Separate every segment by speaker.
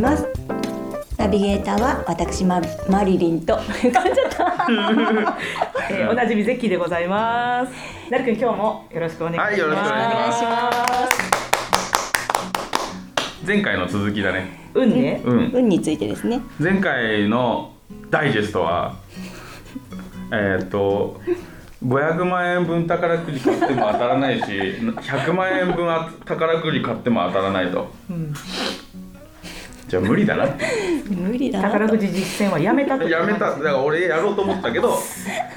Speaker 1: ナビゲーターは私ママリリンと噛んじゃった
Speaker 2: えー、おなじみゼッキーでございます。なるくん今日もよろしくお願いします。
Speaker 3: はいよろしくお願いします
Speaker 1: お願いし
Speaker 3: 前回の続きだね
Speaker 2: 運ね。
Speaker 3: うん
Speaker 1: 運についてですね
Speaker 3: 前回のダイジェストはえーっと500万円分宝くじ買っても当たらないし100万円分あ宝くじ買っても当たらないと
Speaker 2: うん、
Speaker 3: じゃあ無理だな
Speaker 1: 無理だな
Speaker 2: 宝くじ実践はやめたと。
Speaker 3: やめただから俺やろうと思ったけど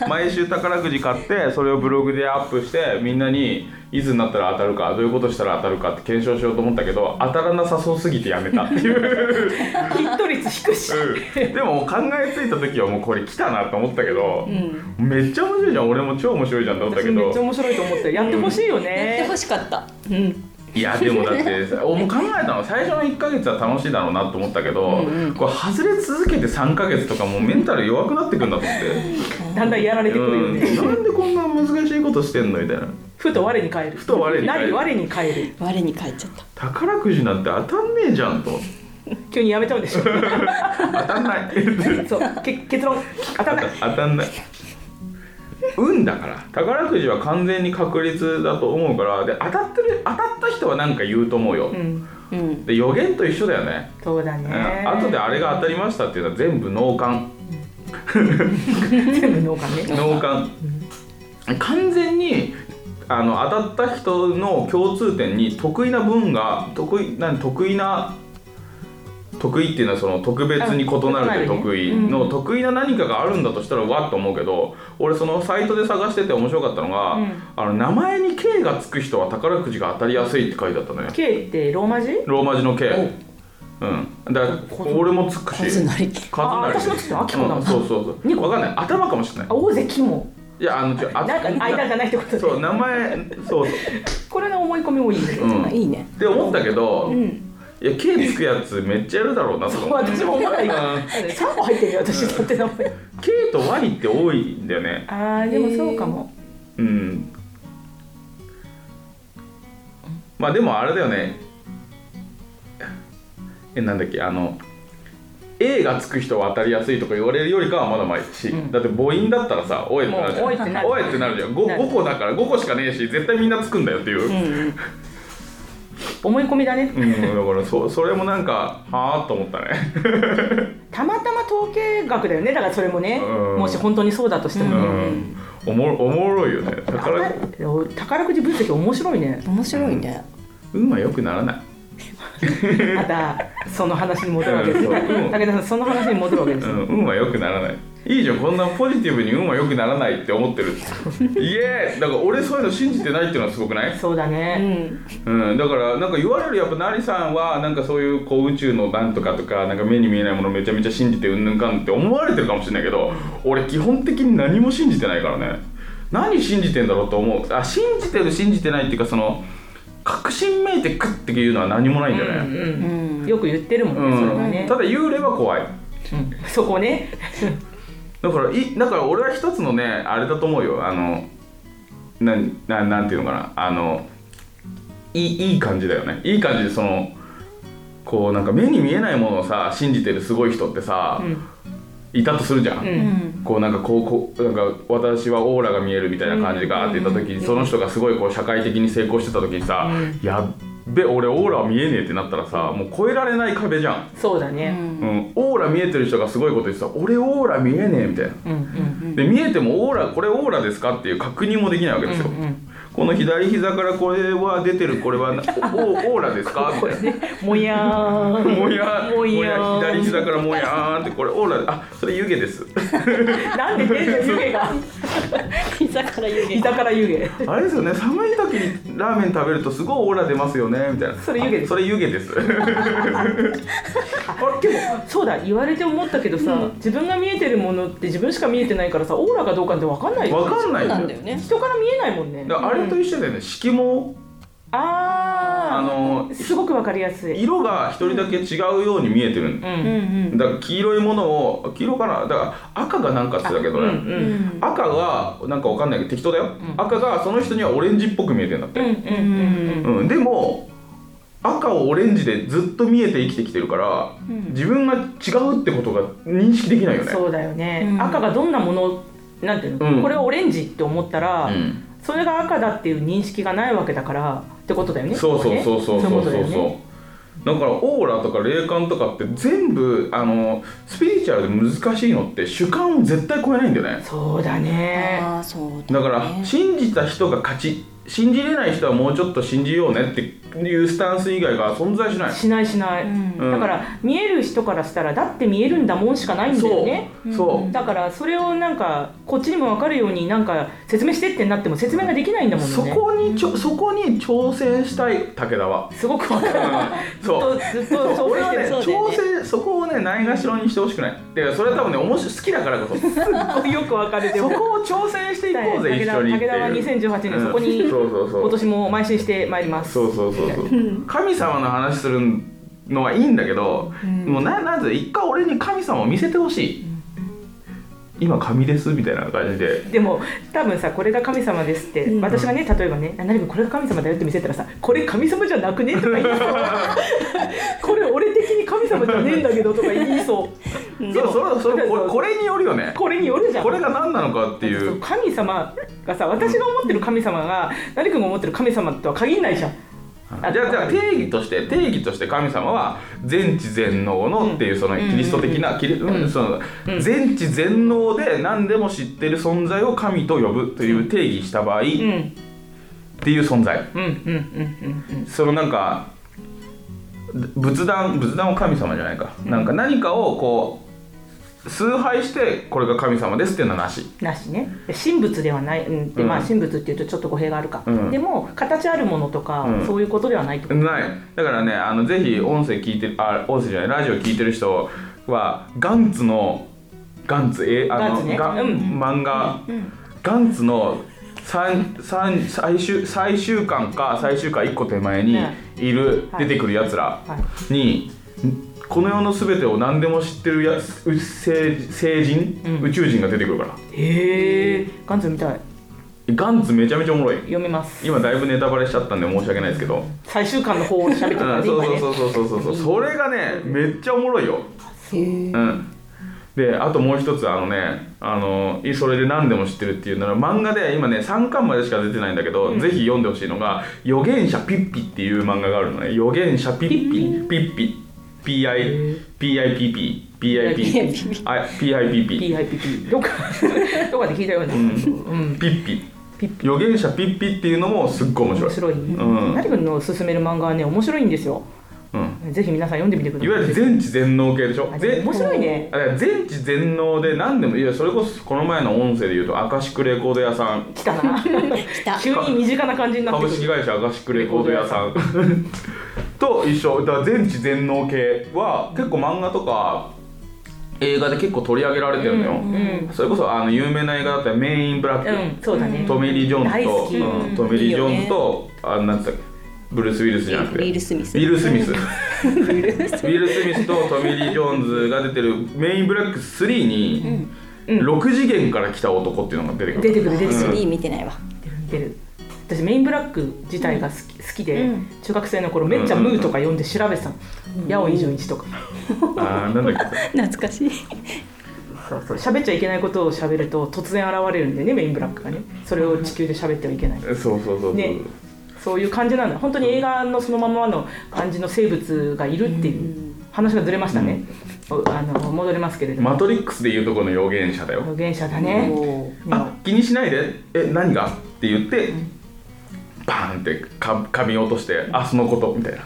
Speaker 3: 毎週宝くじ買ってそれをブログでアップしてみんなにいつになったら当たるかどういうことしたら当たるかって検証しようと思ったけど当たらなさそうすぎてやめたっていう。
Speaker 2: ヒット率低し。
Speaker 3: うんでも考えついた時はもうこれ来たなと思ったけど、
Speaker 1: ん
Speaker 3: めっちゃ面白いじゃん俺も超面白いじゃんと思った
Speaker 2: 私
Speaker 3: け
Speaker 2: めっ
Speaker 3: ど
Speaker 2: ちゃ面白いと思ってやってほしいよ
Speaker 1: やって
Speaker 2: ね
Speaker 1: ほ。しかったうん
Speaker 3: いやでもだってさおもう考えたの最初の1ヶ月は楽しいだろうなと思ったけど、
Speaker 1: うんうん
Speaker 3: これ外れ続けて3ヶ月とかもうメンタル弱くなってくんだと思って、
Speaker 2: だんだんやられてくるよね。
Speaker 3: うんなんでこんな難しいことしてんのみたいな
Speaker 2: ふと我に返る。
Speaker 3: ふと我に返る
Speaker 2: な我に返る。
Speaker 1: 我に返っちゃった
Speaker 3: 宝くじなんて当たんねえじゃんと思って
Speaker 2: 急にやめちゃうん でしょ。
Speaker 3: 当たんない
Speaker 2: そう。け結論当たらない。
Speaker 3: 当たんない運だから宝くじは完全に確率だと思うからで当たってる当たった人は何か言うと思うよ、
Speaker 2: うん。
Speaker 1: うん
Speaker 3: で予言と一緒だよね、
Speaker 2: そうだ
Speaker 3: う
Speaker 2: ね。
Speaker 3: ん、後であれが当たりましたっていうのは全部脳幹
Speaker 2: 全部脳幹ね。
Speaker 3: 脳幹完全にあの当たった人の共通点に得意な分が得意何得意な得意っていうのはその特別に異なる
Speaker 2: あ
Speaker 3: で
Speaker 2: 異なるね
Speaker 3: 得意の得意な何かがあるんだとしたらわっと思うけど俺そのサイトで探してて面白かったのが、
Speaker 2: うん
Speaker 3: あの名前に K がつく人は宝くじが当たりやすいって書いてあったのよ
Speaker 2: K ってローマ字？
Speaker 3: ローマ字の K うんだから俺もつくし
Speaker 1: カズナリ
Speaker 3: カ
Speaker 2: あ私もつくのあきこだもん
Speaker 3: うんそうそうそうわかんない頭かもしれない
Speaker 2: あ大関も。
Speaker 3: いやあのちょあ
Speaker 2: なんか間じゃないってことで
Speaker 3: そう名前そうそう
Speaker 2: これの思い込みもいいね、
Speaker 3: うん
Speaker 1: いいね
Speaker 3: って思ったけど、
Speaker 1: う
Speaker 3: い
Speaker 1: ん
Speaker 3: や K つくやつめっちゃやるだろうなと
Speaker 2: そう
Speaker 3: 思って
Speaker 2: 私も思った
Speaker 3: うん
Speaker 2: 今3個入ってるよ私だって名前
Speaker 3: K と Y って多いんだよね
Speaker 2: あーでもそうかも
Speaker 3: うんまあでもあれだよねえなんだっけあの A がつく人は当たりやすいとか言われるよりかはまだまだし、だって母音だったらさ「おい」ってなるじゃ
Speaker 2: もうおいって
Speaker 3: ん
Speaker 2: なる
Speaker 3: おいってなるじゃん 5, 個だから5個しかねえし絶対みんなつくんだよってい
Speaker 1: う
Speaker 3: う、
Speaker 1: ん
Speaker 2: 思い込みだね
Speaker 3: うん、だからそそれもなんかはあと思ったね
Speaker 2: たまたま統計学だよねだからそれもね
Speaker 3: うん
Speaker 2: もし本当にそうだとして
Speaker 3: う
Speaker 2: もね、
Speaker 3: んおもろおもろいよねだから
Speaker 2: 宝宝くじ分析面白いね
Speaker 1: 面白いね
Speaker 3: 運は良くならない
Speaker 2: またその話に戻るわけですよ
Speaker 3: うんそう
Speaker 2: 武田さんその話に戻るわけで
Speaker 3: う
Speaker 2: すよ、
Speaker 3: ん運は良くならないいいじゃんこんなポジティブに運は良くならないって思ってるイエーイだから俺そういうの信じてないっていうのはすごくない、
Speaker 2: そうだ
Speaker 1: う
Speaker 2: ね、
Speaker 1: ん
Speaker 3: うん、だからなんか言われるやっぱナリさんはなんかそういうこう宇宙のなんとかとかなんか目に見えないものめちゃめちゃ信じてうんぬんかんって思われてるかもしれないけど俺基本的に何も信じてないからね何信じてんだろうと思うあ信じてる信じてないっていうかその確信めいてくっていうのは何もないんだよね、
Speaker 2: うん
Speaker 1: う
Speaker 2: うん
Speaker 1: ん
Speaker 2: よく言ってるもんね、それは
Speaker 3: うん、
Speaker 2: ね
Speaker 3: ただ幽霊は怖い
Speaker 2: うんそこね
Speaker 3: だからいだから俺は一つのねあれだと思うよあのなんなんなんていうのかなあのいいいい感じだよねいい感じでそのこうなんか目に見えないものをさ信じてるすごい人ってさ、
Speaker 2: うん
Speaker 3: いたとするじゃん、
Speaker 2: う
Speaker 1: うんん
Speaker 3: こうなんかこうこうなんか私はオーラが見えるみたいな感じが
Speaker 2: うん
Speaker 3: って言った時に、その人がすごいこう社会的に成功してた時にさ、
Speaker 2: うん
Speaker 3: やっべ俺オーラ見えねえってなったらさもう越えられない壁じゃん、
Speaker 2: そうだ
Speaker 1: う
Speaker 2: ね
Speaker 3: うんん、オーラ見えてる人がすごいこと言ってさ俺オーラ見えねえみたいな
Speaker 2: うんうん
Speaker 3: で見えてもオーラこれオーラですかっていう確認もできないわけですよ、
Speaker 2: うんうん
Speaker 3: この左膝からこれは出てるこれはなおおオーラで すかみたいな
Speaker 2: もやーん
Speaker 3: もや
Speaker 2: もやーん
Speaker 3: 左膝からもやーんってこれオーラあそれ湯気です
Speaker 2: なんで出る湯気が
Speaker 1: 膝から湯 気
Speaker 2: 膝から湯気
Speaker 3: あれですよね寒い時にラーメン食べるとすごいオーラ出ますよねみたいな
Speaker 2: それ湯気です
Speaker 3: あそれ湯気です
Speaker 2: あでもそうだ言われて思ったけどさ、自分が見えてるものって自分しか見えてないからさオーラかどうかって分かんないよ
Speaker 3: わかんない
Speaker 1: なんだよね
Speaker 2: 人から見えないもんね
Speaker 3: だからあれと一緒だよね色も
Speaker 2: あー
Speaker 3: あの
Speaker 2: すごく分かりやすい
Speaker 3: 色が一人だけ違うように見えてるん
Speaker 2: う
Speaker 3: だ
Speaker 1: うんうんん
Speaker 3: だから黄色いものを黄色かなだから赤がなんかって言ってたけどね、
Speaker 2: うんうんうん
Speaker 3: 赤がなんかわかんないけど適当だよ、赤がその人にはオレンジっぽく見えてんだって、
Speaker 2: うんうん
Speaker 3: うんでも赤をオレンジでずっと見えて生きてきてるから、自分が違うってことが認識できないよね
Speaker 2: そうだよね、
Speaker 1: うん
Speaker 2: 赤がどんなものなんていうの、
Speaker 3: うん
Speaker 2: これをオレンジって思ったら、
Speaker 3: うん
Speaker 2: それが赤だっていう認識がないわけだからってことだよね
Speaker 3: そうそうそうそうそう
Speaker 2: こ
Speaker 3: そうそう
Speaker 2: ねいことだよね
Speaker 3: だからオーラとか霊感とかって全部あのスピリチュアルで難しいのって主観を絶対超えないんだよね
Speaker 2: そうだね
Speaker 1: ああそうだ,、ね、
Speaker 3: だから信じた人が勝ち信じれない人はもうちょっと信じようねっていうスタンス以外が存在しない
Speaker 2: しないしな
Speaker 1: う
Speaker 2: い、
Speaker 1: ん
Speaker 3: うん
Speaker 2: だから見える人からしたらだって見えるんだもんしかないんだよね
Speaker 3: そうそう、
Speaker 2: だからそれをなんかこっちにも分かるようになんか説明してってなっても説明ができないんだもんね
Speaker 3: そこにちょそこに挑戦したい武 田は
Speaker 2: すごく分かるずっ
Speaker 3: そう
Speaker 2: とずっと挑
Speaker 3: 俺
Speaker 2: 戦して
Speaker 3: はね
Speaker 2: る
Speaker 1: そうだよ
Speaker 3: 挑
Speaker 1: ね
Speaker 3: 戦そこをねないがしろにしてほしくないでそれは多分ね面白い好きだから こそ
Speaker 2: よく分かるで
Speaker 3: そ
Speaker 2: も
Speaker 3: こを挑戦していこうぜ
Speaker 2: 武
Speaker 3: 一
Speaker 2: 田
Speaker 3: 緒にって
Speaker 2: 武田は
Speaker 3: いう
Speaker 2: 2018年そこ
Speaker 3: う
Speaker 2: に
Speaker 3: んそうそうそう
Speaker 2: 今年も邁進してまいります
Speaker 3: そうそうそうそう神様の話するのはいいんだけど、もうななぜ一回俺に神様を見せてほしい、今神ですみたいな感じで
Speaker 2: でも多分さこれが神様ですって、
Speaker 1: うん
Speaker 2: 私がね例えばね「何かこれが神様だよ」って見せたらさ「これ神様じゃなくね?」とか言いそう これ俺的に神様じゃねえんだけど」とか言いそう
Speaker 3: それそれそれこ
Speaker 2: そう
Speaker 3: れこれによるよね
Speaker 2: これによるじゃん
Speaker 3: これが何なのかってい
Speaker 2: そう
Speaker 3: う
Speaker 2: 神様がさ私が思ってる神様が成君が思ってる神様とは限らないじゃん
Speaker 3: じゃあじゃあ定義として定義として神様は全知全能のっていうそのキリスト的なキリうんその
Speaker 2: うん
Speaker 3: 全知全能で何でも知ってる存在を神と呼ぶという定義した場合っ
Speaker 2: うんうん
Speaker 3: ていう存在
Speaker 2: うんうんうん
Speaker 3: そのなんか仏壇仏壇は神様じゃないか、なんか何かをこう崇拝してこれが神様ですっていうのはなし
Speaker 2: うんなしね神仏ではない、うんで
Speaker 3: うん
Speaker 2: まあ神仏っていうとちょっと語弊があるか、
Speaker 3: うん
Speaker 2: でも形あるものとか、
Speaker 3: うん
Speaker 2: そういうことではないってこと
Speaker 3: ないだからねあのぜひ音声聞いてるあ音声じゃないラジオ聞いてる人はガンツのガンツえあ
Speaker 2: ガン
Speaker 3: の
Speaker 2: ツね
Speaker 3: ガ
Speaker 2: うん
Speaker 3: 漫画、
Speaker 1: ん
Speaker 3: ガンツの三三最終最終巻か最終巻一個手前に
Speaker 2: ね
Speaker 3: いる、
Speaker 2: はい
Speaker 3: 出てくるやつら、
Speaker 2: はい
Speaker 3: にこの世の全てを何でも知ってるやつう星星人、
Speaker 2: うん
Speaker 3: 宇宙人が出てくるから
Speaker 2: へえガンズみたい
Speaker 3: ガンツめちゃめちゃおもろい
Speaker 2: 読めます
Speaker 3: 今だいぶネタバレしちゃったんで申し訳ないですけど、
Speaker 2: 最終巻の方を喋って
Speaker 3: う
Speaker 2: たん
Speaker 3: ん、
Speaker 2: で
Speaker 3: そう
Speaker 2: 今
Speaker 3: そう
Speaker 2: ね
Speaker 3: そうそうそうそうそうそれがねめっちゃおもろいよ
Speaker 1: へえ
Speaker 3: うんであともう一つあのねあのいそれで何でも知ってるっていうなら漫画で今ね3巻までしか出てないんだけど、ぜひ読んでほしいのが「預言者ピッピ」っていう漫画があるのね預言者ピッピピッピ PIPPPIPP PIPP PIPP
Speaker 2: PIPP どっかどっかで聞いたような、うん、
Speaker 3: ピッピ
Speaker 2: ピッピ
Speaker 3: 預言者ピッピっていうのもすっごい面白
Speaker 2: 面
Speaker 3: い
Speaker 2: 白い、
Speaker 3: うん
Speaker 2: なりくんの勧める漫画はね面白いんですよ
Speaker 3: うん、
Speaker 2: ぜひ皆さん読んでみてください
Speaker 3: いわゆる全知全能系でしょ
Speaker 2: あ
Speaker 3: 全
Speaker 2: 面白いね
Speaker 3: あれ全知全能で何でもいやそれこそこの前の音声で言うとアカシックレコード屋さん
Speaker 2: 来たな
Speaker 1: 来た
Speaker 2: 急に身近な感じになって
Speaker 3: 株
Speaker 2: くる
Speaker 3: 式会社アカシックレコード屋さん と一緒だから全知全能系は結構漫画とか映画で結構取り上げられてるのよ、
Speaker 2: うんうん
Speaker 3: それこそあの有名な映画だったら「メイン・ブラック」
Speaker 2: うんそうだね
Speaker 3: トメリー・ジョーンズ
Speaker 2: 大好
Speaker 3: と、
Speaker 2: き
Speaker 3: うん、トメリー・ジョーンズと、あなんつったっけブルース・ウィルスじゃなくて
Speaker 1: ウィルスミス
Speaker 3: ウィル・スミス ウィル・スミスとトミリー・ジョーンズが出てるメインブラック3に、
Speaker 2: うん
Speaker 3: 6次元から来た男っていうのが出てくる
Speaker 2: 出てくる出てくる、
Speaker 3: うん
Speaker 1: 3見てないわ
Speaker 2: 出る私メインブラック自体が好き好きで、
Speaker 1: うん
Speaker 2: 中学生の頃めっちゃムーとか読んで調べてたの「八尾伊集院一」とか
Speaker 3: あーなんだ っけ
Speaker 1: 懐かしい
Speaker 2: そうそう喋っちゃいけないことを喋ると突然現れるんでねメインブラックがねそれを地球で喋ってはいけない
Speaker 3: そうそうそうそう、
Speaker 2: ねそういう感じなんだ本当に映画のそのままの感じの生物がいるっていう話がずれましたね、おあの戻りますけれども
Speaker 3: マトリックスでいうとこの預言者だよ、
Speaker 2: 預言者だね
Speaker 1: おー
Speaker 2: ね
Speaker 3: あ気にしないでえ何がって言って、バーンってか噛み落としてあそのことみたいな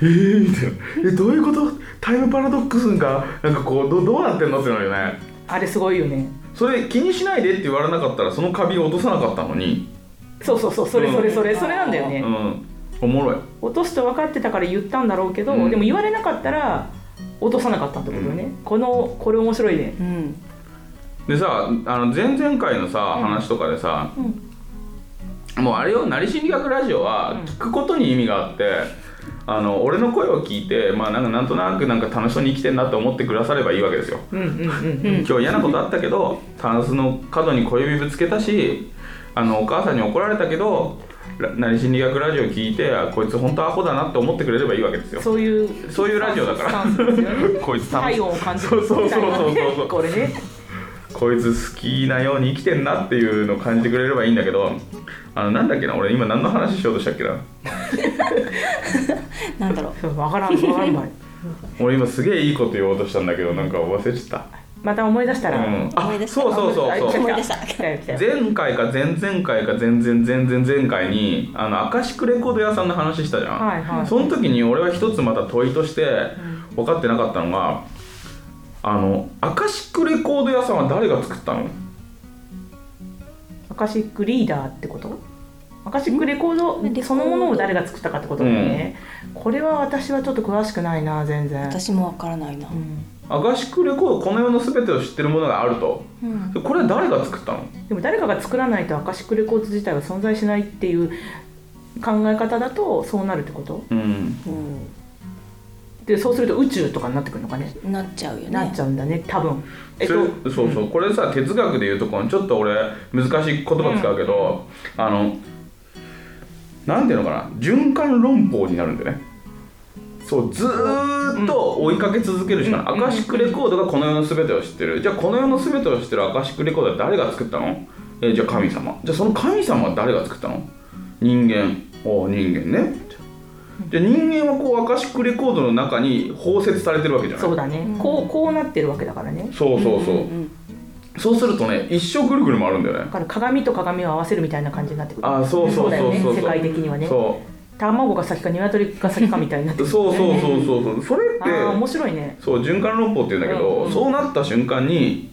Speaker 3: えー、みたいなえどういうことタイムパラドックスがなんかこうどどうなってんのってなるよね
Speaker 2: あれすごいよね
Speaker 3: それ気にしないでって言われなかったらそのカビを落とさなかったのに
Speaker 2: そうそうそうそれそれそれ、それなんだよね、
Speaker 3: うんおもろい
Speaker 2: 落とすと分かってたから言ったんだろうけど、
Speaker 3: うん
Speaker 2: でも言われなかったら落とさなかったってことね、このこれ面白いね
Speaker 1: うん
Speaker 3: でさあの前々回のさ、話とかでさ、もうあれよ「なり心理学ラジオ」は聞くことに意味があって、あの俺の声を聞いてまあなんかなんとなくなんか楽しそうに生きてんなって思ってくださればいいわけですよ、
Speaker 2: うんうんうんうん
Speaker 1: うん
Speaker 3: 今日嫌なことあったけどタンスの角に小指ぶつけたしあのお母さんに怒られたけどら何心理学ラジオ聞いてあこいつ本当アホだなって思ってくれればいいわけですよ
Speaker 2: そういう
Speaker 3: そういうラジオだから
Speaker 2: スタンスですよね
Speaker 3: こいつ 楽し
Speaker 2: 体温を感じる
Speaker 3: そうそうそうそうそう
Speaker 2: みたいなねこれね
Speaker 3: こいつ好きなように生きてんなっていうのを感じてくれればいいんだけどあのなんだっけな俺今何の話しようとしたっけな
Speaker 1: なんだろう
Speaker 2: そう分からん分からんわ
Speaker 3: 俺今すげえいいこと言おうとしたんだけどなんか忘れちゃっ
Speaker 2: また思い出した
Speaker 3: た、
Speaker 2: ら、
Speaker 3: うん、あ
Speaker 1: 思い出した
Speaker 3: そうそうそう
Speaker 2: あ
Speaker 3: そう
Speaker 1: 思い出した
Speaker 2: 来たよ来たよ
Speaker 3: 前回か前々回か前々前々前回にあのアカシックレコード屋さんの話したじゃん、
Speaker 2: はいはい
Speaker 3: その時に俺は一つまた問いとして分かってなかったのがあのアカシックレコード屋さんは誰が作ったの
Speaker 2: アカシックリーダーってことアカシックレコー
Speaker 1: レコー
Speaker 2: ド
Speaker 1: ド
Speaker 2: そのものを誰が作ったかってことだよね、これは私はちょっと詳しくないな全然、
Speaker 1: 私もわからないな、
Speaker 2: うん
Speaker 3: アカシックレコードこの世の全てを知ってるものがあると
Speaker 1: うん
Speaker 3: これは誰が作ったの
Speaker 2: でも誰かが作らないとアカシックレコード自体は存在しないっていう考え方だとそうなるってこと
Speaker 3: うん
Speaker 2: でそうすると宇宙とかになってくるのかね
Speaker 1: なっちゃうよね
Speaker 2: なっちゃうんだね多分えっ
Speaker 3: そ
Speaker 2: と
Speaker 3: れそうそうこれさ哲学でいうとこのちょっと俺難しい言葉使うけど、あのなんていうのかな循環論法になるんだよねそうずーっと追いかけ続けるしかない、
Speaker 2: うん
Speaker 3: アカシックレコードがこの世の全てを知ってるじゃあこの世の全てを知ってるアカシックレコードは誰が作ったのえーじゃあ神様じゃあその神様は誰が作ったの人間おう人間ねじゃあ人間はこうアカシックレコードの中に包摂されてるわけじゃない
Speaker 2: そうだね、
Speaker 1: うん
Speaker 2: こうこうなってるわけだからね
Speaker 3: そうそうそう、
Speaker 1: んん
Speaker 3: そうするとね一生ぐるぐる回るんだよ
Speaker 2: だ
Speaker 3: ね
Speaker 2: から鏡と鏡を合わせるみたいな感じになってくる
Speaker 3: あそうそうそう
Speaker 2: だよね
Speaker 3: そうそう
Speaker 2: 世界的にはね
Speaker 3: そ
Speaker 2: 卵が先か鶏が先かみたいになって
Speaker 3: う
Speaker 2: くる
Speaker 3: そうそうそうそうそうそれっ
Speaker 2: あー面
Speaker 3: て
Speaker 2: 白いね
Speaker 3: そう循環論法って言うんだけど、
Speaker 2: うんうん
Speaker 3: そうなった瞬間に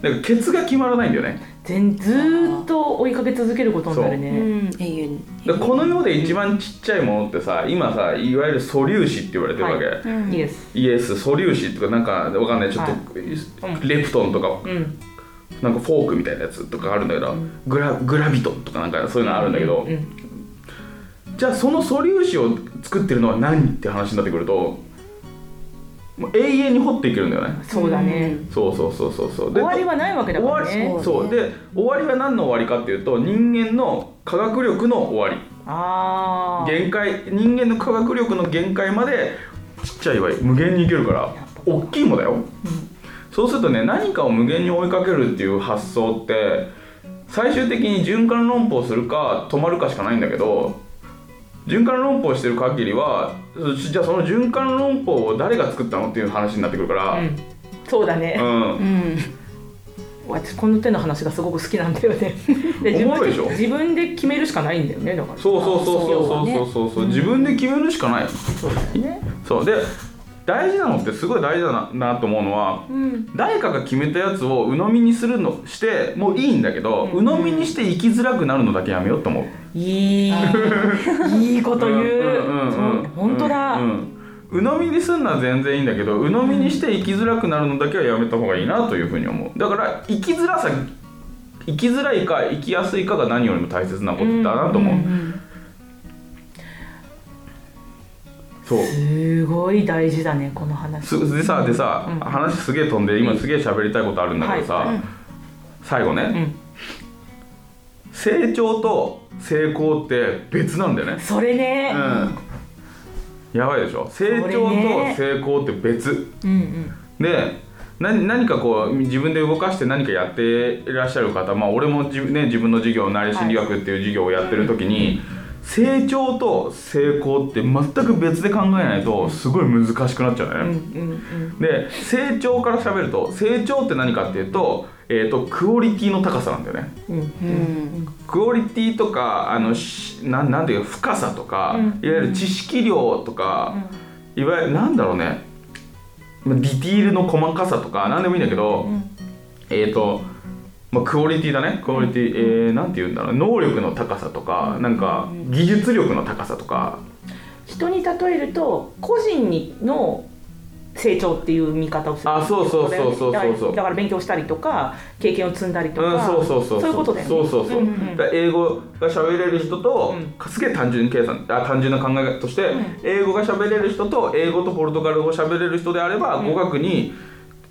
Speaker 3: なんかケツが決まらないんだよね
Speaker 2: 全ずーっと追いかけ続けることになる
Speaker 1: う
Speaker 2: ね
Speaker 1: ん永遠に
Speaker 3: でこの世で一番ちっちゃいものってさ今さいわゆる素粒子って言われてるわけ、
Speaker 2: は
Speaker 1: うん
Speaker 2: いいです
Speaker 3: イエス素粒子とかなんかわかんないちょっと、
Speaker 2: う
Speaker 3: レプトンとか
Speaker 2: うん
Speaker 3: なんかフォークみたいなやつとかあるんだけど、
Speaker 2: うん
Speaker 3: グラグラビトンとかなんかそういうのあるんだけど、
Speaker 2: うんうん
Speaker 3: じゃあその素粒子を作ってるのは何って話になってくるともう永遠に掘っていけるんだよね
Speaker 2: そうだね
Speaker 3: そうそうそうそうそうで
Speaker 2: 終わりはないわけだから
Speaker 3: 終わ
Speaker 2: ね
Speaker 3: りそうで終わりは何の終わりかっていうと人間の科学力の終わり
Speaker 2: ああ
Speaker 3: 限界人間の科学力の限界までちっちゃいわ無限にいけるから大きいもだよ、そうするとね何かを無限に追いかけるっていう発想って最終的に循環論法するか止まるかしかないんだけど循環論法してる限りはじゃあその循環論法を誰が作ったのっていう話になってくるから、
Speaker 2: うんそうだね
Speaker 3: うん
Speaker 1: うん
Speaker 2: 私この手の話がすごく好きなんだよ ねで
Speaker 3: おもろいでしょ
Speaker 2: 自分で決めるしかないんだよねだから
Speaker 3: そうそうそうそうそうそうそう、自分で決めるしかない
Speaker 2: そうだよね
Speaker 3: そうで大事なのってすごい大事だななと思うのは
Speaker 2: うん
Speaker 3: 誰かが決めたやつを鵜呑みにするのしてもういいんだけど、鵜呑みにして生きづらくなるのだけやめようと思う
Speaker 2: いいいいこと言う
Speaker 3: うんうんうんうん
Speaker 2: そう本当だ
Speaker 3: うんうん鵜呑みにするのは全然いいんだけど鵜呑みにして生きづらくなるのだけはやめた方がいいなというふうに思うだから生きづらさ生きづらいか生きやすいかが何よりも大切なことだなと思う、
Speaker 2: うん
Speaker 3: そう
Speaker 2: すごい大事だねこの話
Speaker 3: すでさでさ、
Speaker 2: うん
Speaker 3: 話すげえ飛んで今すげえ喋りたいことあるんだけどさ、
Speaker 1: はいうん
Speaker 3: 最後ね、
Speaker 2: ん
Speaker 3: 成長と成功って別なんだよね
Speaker 2: それね
Speaker 3: う、んやばいでしょ成長と成功って別、
Speaker 2: うん、うん
Speaker 3: でな何かこう自分で動かして何かやっていらっしゃる方、まあ、俺も自,、ね、自分の授業なり心理学っていう授業をやってる時に、成長と成功って全く別で考えないとすごい難しくなっちゃうね、
Speaker 2: うんうん
Speaker 3: で成長から喋ると成長って何かっていうと,、えー、とクオリティの高さなんだよね
Speaker 2: うんうん
Speaker 1: うん
Speaker 3: クオリティとかあのしなんなんていうか深さとか、
Speaker 2: うん
Speaker 3: いわゆる知識量とか、いわゆるなんだろうねまあディティールの細かさとか何でもいいんだけど、
Speaker 2: うん
Speaker 3: えっ、と、まあ、クオリティだねクオリティ、えー、なんていうんだろう能力の高さとかなんか技術力の高さとか
Speaker 2: 人に例えると個人にの成長っていう見方をする
Speaker 3: あそうそうそうそうそうそ
Speaker 2: だから
Speaker 3: う
Speaker 2: だから勉強したりとか経験を積んだりとか、
Speaker 3: うん、そうそうそう
Speaker 2: そういうことだよね
Speaker 3: そうそうそう、
Speaker 2: うんうん
Speaker 3: だから英語が喋れる人と、
Speaker 2: う
Speaker 3: すげえ単純計算あ単純な考えとして、
Speaker 2: ん
Speaker 3: 英語が喋れる人と英語とポルトガル語喋れる人であれば、語学に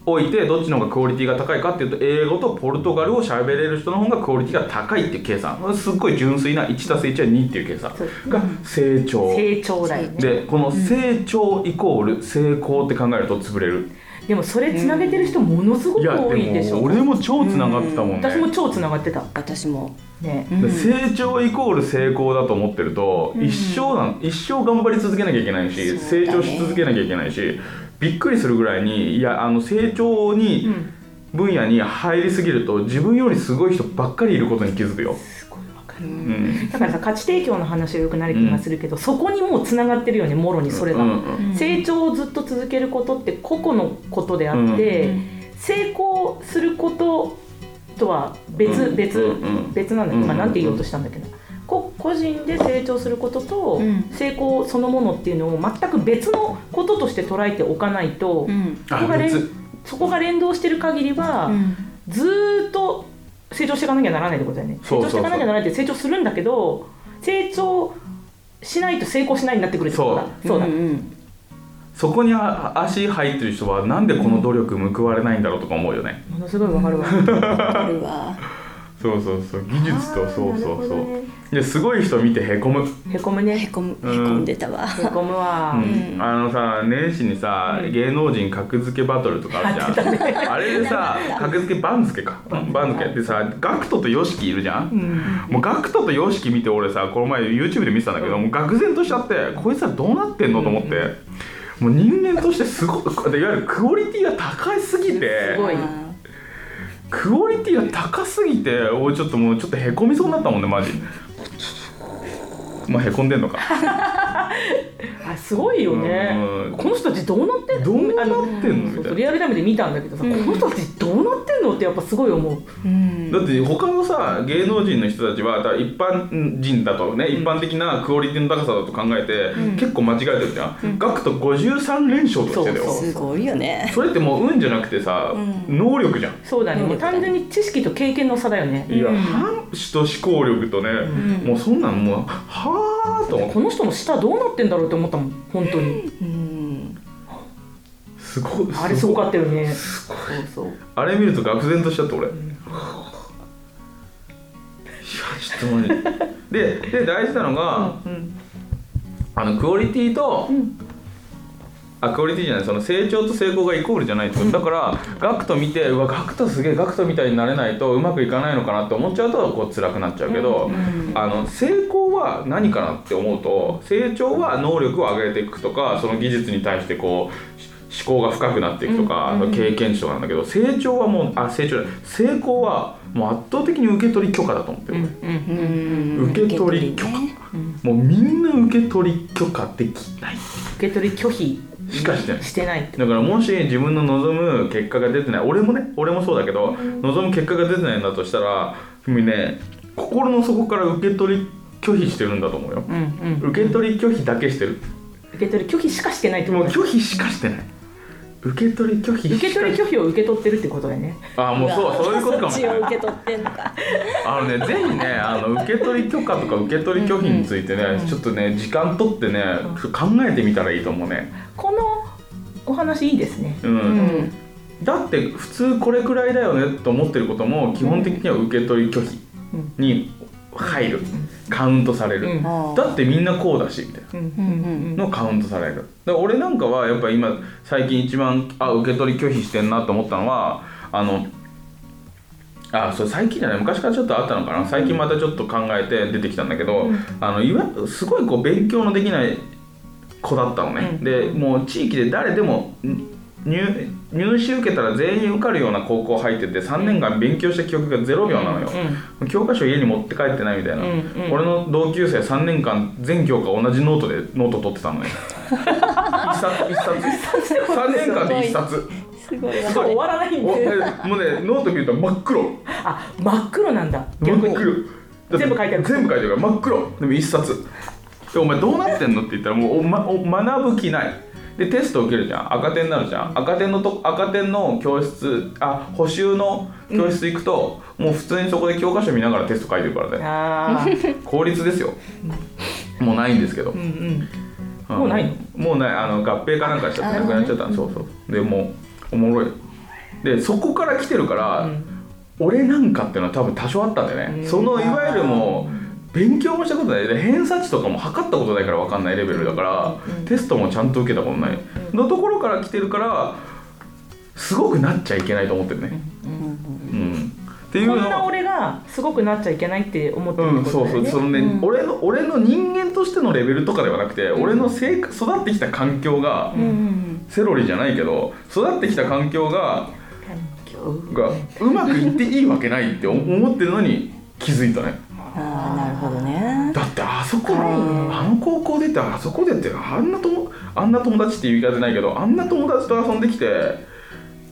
Speaker 3: 置いてどっちの方がクオリティが高いかっていうと英語とポルトガルを喋れる人の方がクオリティが高いっていう計算すっごい純粋な 1+1 は2っていう計算
Speaker 2: そう
Speaker 3: が成長
Speaker 2: 成長だよね
Speaker 3: でこの成長イコール成功って考えると潰れる、
Speaker 2: でもそれつなげてる人ものすご
Speaker 3: い
Speaker 2: く
Speaker 3: や
Speaker 2: 多いんで
Speaker 3: で
Speaker 2: しょ
Speaker 3: も俺も超つながってたもんね、
Speaker 2: 私も超つながってた
Speaker 1: 私も、
Speaker 2: ね
Speaker 1: うん
Speaker 3: で成長イコール成功だと思ってると、
Speaker 2: うん
Speaker 3: 一生なん一生頑張り続けなきゃいけないし、
Speaker 1: そう
Speaker 3: 成
Speaker 1: だね
Speaker 3: 長し続けなきゃいけないしびっくりするぐらいにいやあの成長に、
Speaker 2: うん
Speaker 3: 分野に入りすぎると自分よりすごい人ばっかりいることに気づくよ、
Speaker 2: すごいわか
Speaker 1: う
Speaker 2: る
Speaker 3: うんん、
Speaker 2: だからさ価値提供の話がよくなる気がするけど、そこにもうつながってるよねもろにそれが、
Speaker 3: うんうん
Speaker 2: 成長をずっと続けることって個々のことであって、成功することとは別、
Speaker 3: うん
Speaker 2: 別、
Speaker 3: うんうん
Speaker 2: 別なんだけ
Speaker 3: うん
Speaker 2: ど、まあ、なんて言おうとしたんだっけど、こ個人で成長することと、
Speaker 1: うん
Speaker 2: 成功そのものっていうのを全く別のこととして捉えておかないと、
Speaker 1: うん
Speaker 2: そこが
Speaker 3: あ
Speaker 2: 連
Speaker 3: 別
Speaker 2: そこが連動してる限りは、
Speaker 1: うん
Speaker 2: ずーっと成長していかなきゃならないってことだよね
Speaker 3: そうそ
Speaker 2: 成長
Speaker 3: うそう
Speaker 2: していかなきゃならないって成長するんだけど成長しないと成功しないになってくるってことだそうだ、
Speaker 1: んん
Speaker 3: そこにあ足入ってる人はなんでこの努力報われないんだろうとか思うよね、
Speaker 2: ものすごいわか るわ
Speaker 1: あるわ
Speaker 3: そうそうそう技術とそうそうそう、
Speaker 2: う
Speaker 3: ですごい人見てへこむ
Speaker 2: へこむ
Speaker 1: へ
Speaker 2: ね
Speaker 1: こむへこ
Speaker 3: うん
Speaker 1: んでたわ
Speaker 2: へこむわ、
Speaker 3: うん
Speaker 1: うん
Speaker 3: あのさ年始にさ、
Speaker 2: うん
Speaker 3: 芸能人格付けバトルとかあるじゃん、あれでさ格付け番付か番付でさ GACKT と YOSHIKI いるじゃん、もう GACKT と YOSHIKI 見て俺さこの前 YouTube で見てたんだけど、もう愕然としちゃってこいつらどうなってんのと思って、もう人間としてすごくいわゆるクオリティが高すぎて
Speaker 2: すごい
Speaker 1: あ
Speaker 3: クオリティが高すぎて俺ちょっともうちょっとへこみそうになったもんねマジまあへこんでんのか
Speaker 2: あすごいよね、
Speaker 3: うん
Speaker 2: この人たちどうなってんの
Speaker 3: どうな
Speaker 2: あの
Speaker 3: ってんのみたいな
Speaker 2: そうそうリアルタイムで見たんだけどさ、
Speaker 1: うん
Speaker 2: この人たちどうなってんのってやっぱすごい思う
Speaker 1: ーうん
Speaker 3: だって他のさ芸能人の人たちはだから一般人だとね、一般的なクオリティの高さだと考えて、
Speaker 1: うん
Speaker 3: 結構間違えてるじゃん、ガクト53連勝とかしてたよ
Speaker 2: そう
Speaker 3: そ
Speaker 2: そう
Speaker 1: すごいよね
Speaker 3: れってもう運じゃなくてさ、
Speaker 1: うん
Speaker 3: 能力じゃん
Speaker 2: そうだねもう単純に知識と経験の差だよね
Speaker 3: いや、
Speaker 1: うん
Speaker 3: 半死と思考力とね、
Speaker 1: ん
Speaker 3: もうそんなんもうはあと思って
Speaker 2: この人の舌どうなってんだろうって思ったもん本当に
Speaker 1: うん
Speaker 3: すごい
Speaker 2: あれすごかったよね
Speaker 3: すごい
Speaker 2: そうそう
Speaker 3: あれ見ると愕然としちゃって俺、いやちょっとマジででで大事なのが、
Speaker 2: うん
Speaker 3: あのクオリティと、
Speaker 2: ん
Speaker 3: あクオリティじゃないその成長と成功がイコールじゃないってこと、だからガクト見てうわガクトすげえガクトみたいになれないとうまくいかないのかなって思っちゃうとこう辛くなっちゃうけど、あの成功は何かなって思うと成長は能力を上げていくとかその技術に対してこうし思考が深くなっていくとか、
Speaker 2: うんうん
Speaker 3: 経験値とかなんだけど成長はもうあ成長じゃない成功はもう圧倒的に受け取り許可だと思って
Speaker 2: う
Speaker 3: る、
Speaker 2: んうん
Speaker 1: うん
Speaker 3: 受け取り許可もうみんな受け取り許可できない
Speaker 2: 受け取り拒否
Speaker 3: しかしてない
Speaker 2: してないって
Speaker 3: だからもし自分の望む結果が出てない俺もね俺もそうだけど、望む結果が出てないんだとしたら君ね心の底から受け取り拒否してるんだと思うよ
Speaker 2: うんうん
Speaker 3: 受け取り拒否だけしてる
Speaker 2: 受け取り拒否しかしてないって
Speaker 3: も
Speaker 2: こ
Speaker 3: う
Speaker 2: とだね
Speaker 3: 拒否しかしてない受け取り拒否しか
Speaker 2: 受け取り拒否を受け取ってるってことだよね
Speaker 3: あもうそうそういうことかも
Speaker 1: 血を受け取ってんのか
Speaker 3: あのねぜひねあの受け取り許可とか受け取り拒否についてね、ちょっとね時間取ってね考えてみたらいいと思うね
Speaker 2: このお話いいですね
Speaker 3: うん、
Speaker 1: うん
Speaker 3: だって普通これくらいだよねと思ってることも基本的には受け取り拒否に入るカウントされる、
Speaker 2: うん
Speaker 1: あー
Speaker 3: だってみんなこうだしみたいな
Speaker 2: うん
Speaker 1: うんうん
Speaker 3: のカウントされるだから俺なんかはやっぱ今最近一番あ受け取り拒否してんなと思ったのはあのあそれ最近じゃない昔からちょっとあったのかな最近またちょっと考えて出てきたんだけど、あのいわすごいこう勉強のできない子だったのね、
Speaker 2: うん
Speaker 3: でもう地域で誰でもん入入試受けたら全員受かるような高校入ってて3年間勉強した記憶が0秒なのよ、教科書家に持って帰ってないみたいな、
Speaker 2: うんうん
Speaker 3: 俺の同級生3年間全教科同じノートでノート取っ てたのね一冊一冊3年間で一冊
Speaker 1: すごい
Speaker 2: うん
Speaker 1: わ
Speaker 2: 終わらないん
Speaker 3: お
Speaker 2: で
Speaker 3: えもうねノート見ると真っ黒
Speaker 2: あ真っ黒なんだ
Speaker 3: 真
Speaker 2: 逆
Speaker 3: っ
Speaker 2: に
Speaker 3: 黒だって
Speaker 2: 全部書いてある
Speaker 3: 全部書いてあるから真っ黒でも一冊でお前どうなってんのって言ったらもうお、ま、お学ぶ気ないでテスト受けるじゃん赤点になるじゃん赤点のと赤点の教室あ補習の教室行くと、もう普通にそこで教科書見ながらテスト書いてるからね
Speaker 2: あー
Speaker 3: 効率ですよもうないんですけど、
Speaker 2: うんうん
Speaker 3: ん
Speaker 2: もうないの
Speaker 3: もうないあの合併かなんかしちゃってなくなっちゃったそうそうでもうおもろいでそこから来てるから、俺なんかっていうのは多分多少あったんだよね、
Speaker 2: うん
Speaker 3: そのいわゆるもう勉強もしたことないで偏差値とかも測ったことないから分かんないレベルだから、テストもちゃんと受けたことないのところから来てるからすごくなっちゃいけないと思ってるね、うんっていう
Speaker 2: こ
Speaker 3: の
Speaker 2: ん
Speaker 3: は
Speaker 2: な俺がすごくなっちゃいけないって思ってる
Speaker 3: う
Speaker 2: っ
Speaker 3: ん、
Speaker 2: てこ
Speaker 3: そ
Speaker 2: と
Speaker 3: う
Speaker 2: だ
Speaker 3: そ
Speaker 2: よ
Speaker 3: う
Speaker 2: ね、
Speaker 3: そのね、
Speaker 1: うん
Speaker 3: 俺の俺の人間としてのレベルとかではなくて、俺の生活育ってきた環境が、
Speaker 1: うんうん
Speaker 3: セロリじゃないけど育ってきた環境ががうまくいっていいわけないって思思ってるのに気づいたね
Speaker 1: ああなるほどね
Speaker 3: だってあそこの、
Speaker 1: は
Speaker 3: あの高校出てあそこでってあんなともあんな友達っていう言い方じゃないけどあんな友達と遊んできて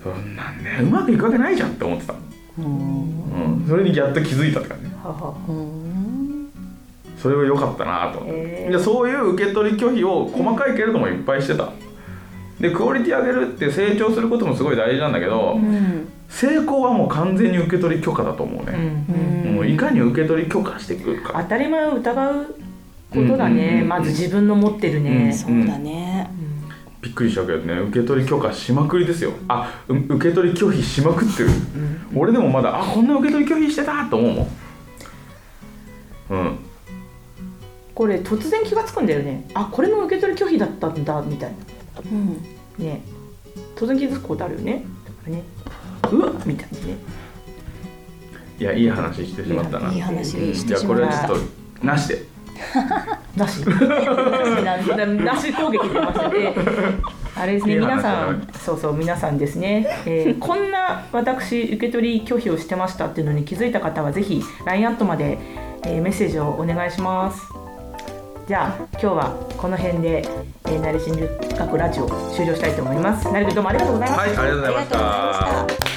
Speaker 3: そんなんねうまくいくわけないじゃんって思ってた、
Speaker 1: うん
Speaker 3: うん、それにやっと気づいたって感じ
Speaker 2: はは
Speaker 1: うん
Speaker 3: それは良かったなと思って、
Speaker 2: へー
Speaker 3: でそういう受け取り拒否を細かいけれどもいっぱいしてたでクオリティ上げるって成長することもすごい大事なんだけど、
Speaker 1: うん
Speaker 3: 成功はもう完全に受け取り許可だと思う
Speaker 2: う
Speaker 3: ね、
Speaker 2: ん
Speaker 1: うん
Speaker 3: もういかに受け取り許可していく
Speaker 2: 当
Speaker 3: か
Speaker 2: たり前を疑うことだ
Speaker 3: うんうんうん
Speaker 2: ね
Speaker 3: うん
Speaker 2: まず自分の持ってるね、
Speaker 1: そうだね
Speaker 3: びっくりしたけどね受け取り許可しまくりですよあう受け取り拒否しまくってる俺でもまだあこんな受け取り拒否してたと思うもんうん
Speaker 2: これ突然気がつくんだよねあこれも受け取り拒否だったんだみたい
Speaker 1: うん
Speaker 2: なね突然気づくことあるよねだからねうわっみたいなね
Speaker 3: いやいい話してしまったない
Speaker 1: い話
Speaker 3: うん
Speaker 1: し
Speaker 3: じ
Speaker 1: て
Speaker 3: ゃあ
Speaker 1: し
Speaker 3: こ
Speaker 1: ま
Speaker 3: れ
Speaker 1: い
Speaker 3: は
Speaker 1: まし
Speaker 3: ち
Speaker 1: た
Speaker 3: ょっとなしで
Speaker 2: なし
Speaker 1: なんで
Speaker 2: なし攻撃出ましたねあれですね
Speaker 3: いい話
Speaker 2: 皆
Speaker 3: だ
Speaker 2: さ
Speaker 3: なん
Speaker 2: そうそう皆さんですね、えーこんな私受け取り拒否をしてましたっていうのに気づいた方はぜひ LINE アットまで、えーメッセージをお願いしますじゃあ今日はこの辺で、えー、なりしん学ラジオ終了したいと思いますなりくんどうもありがとうございました
Speaker 3: はいありがとうございました
Speaker 1: ありがとうございました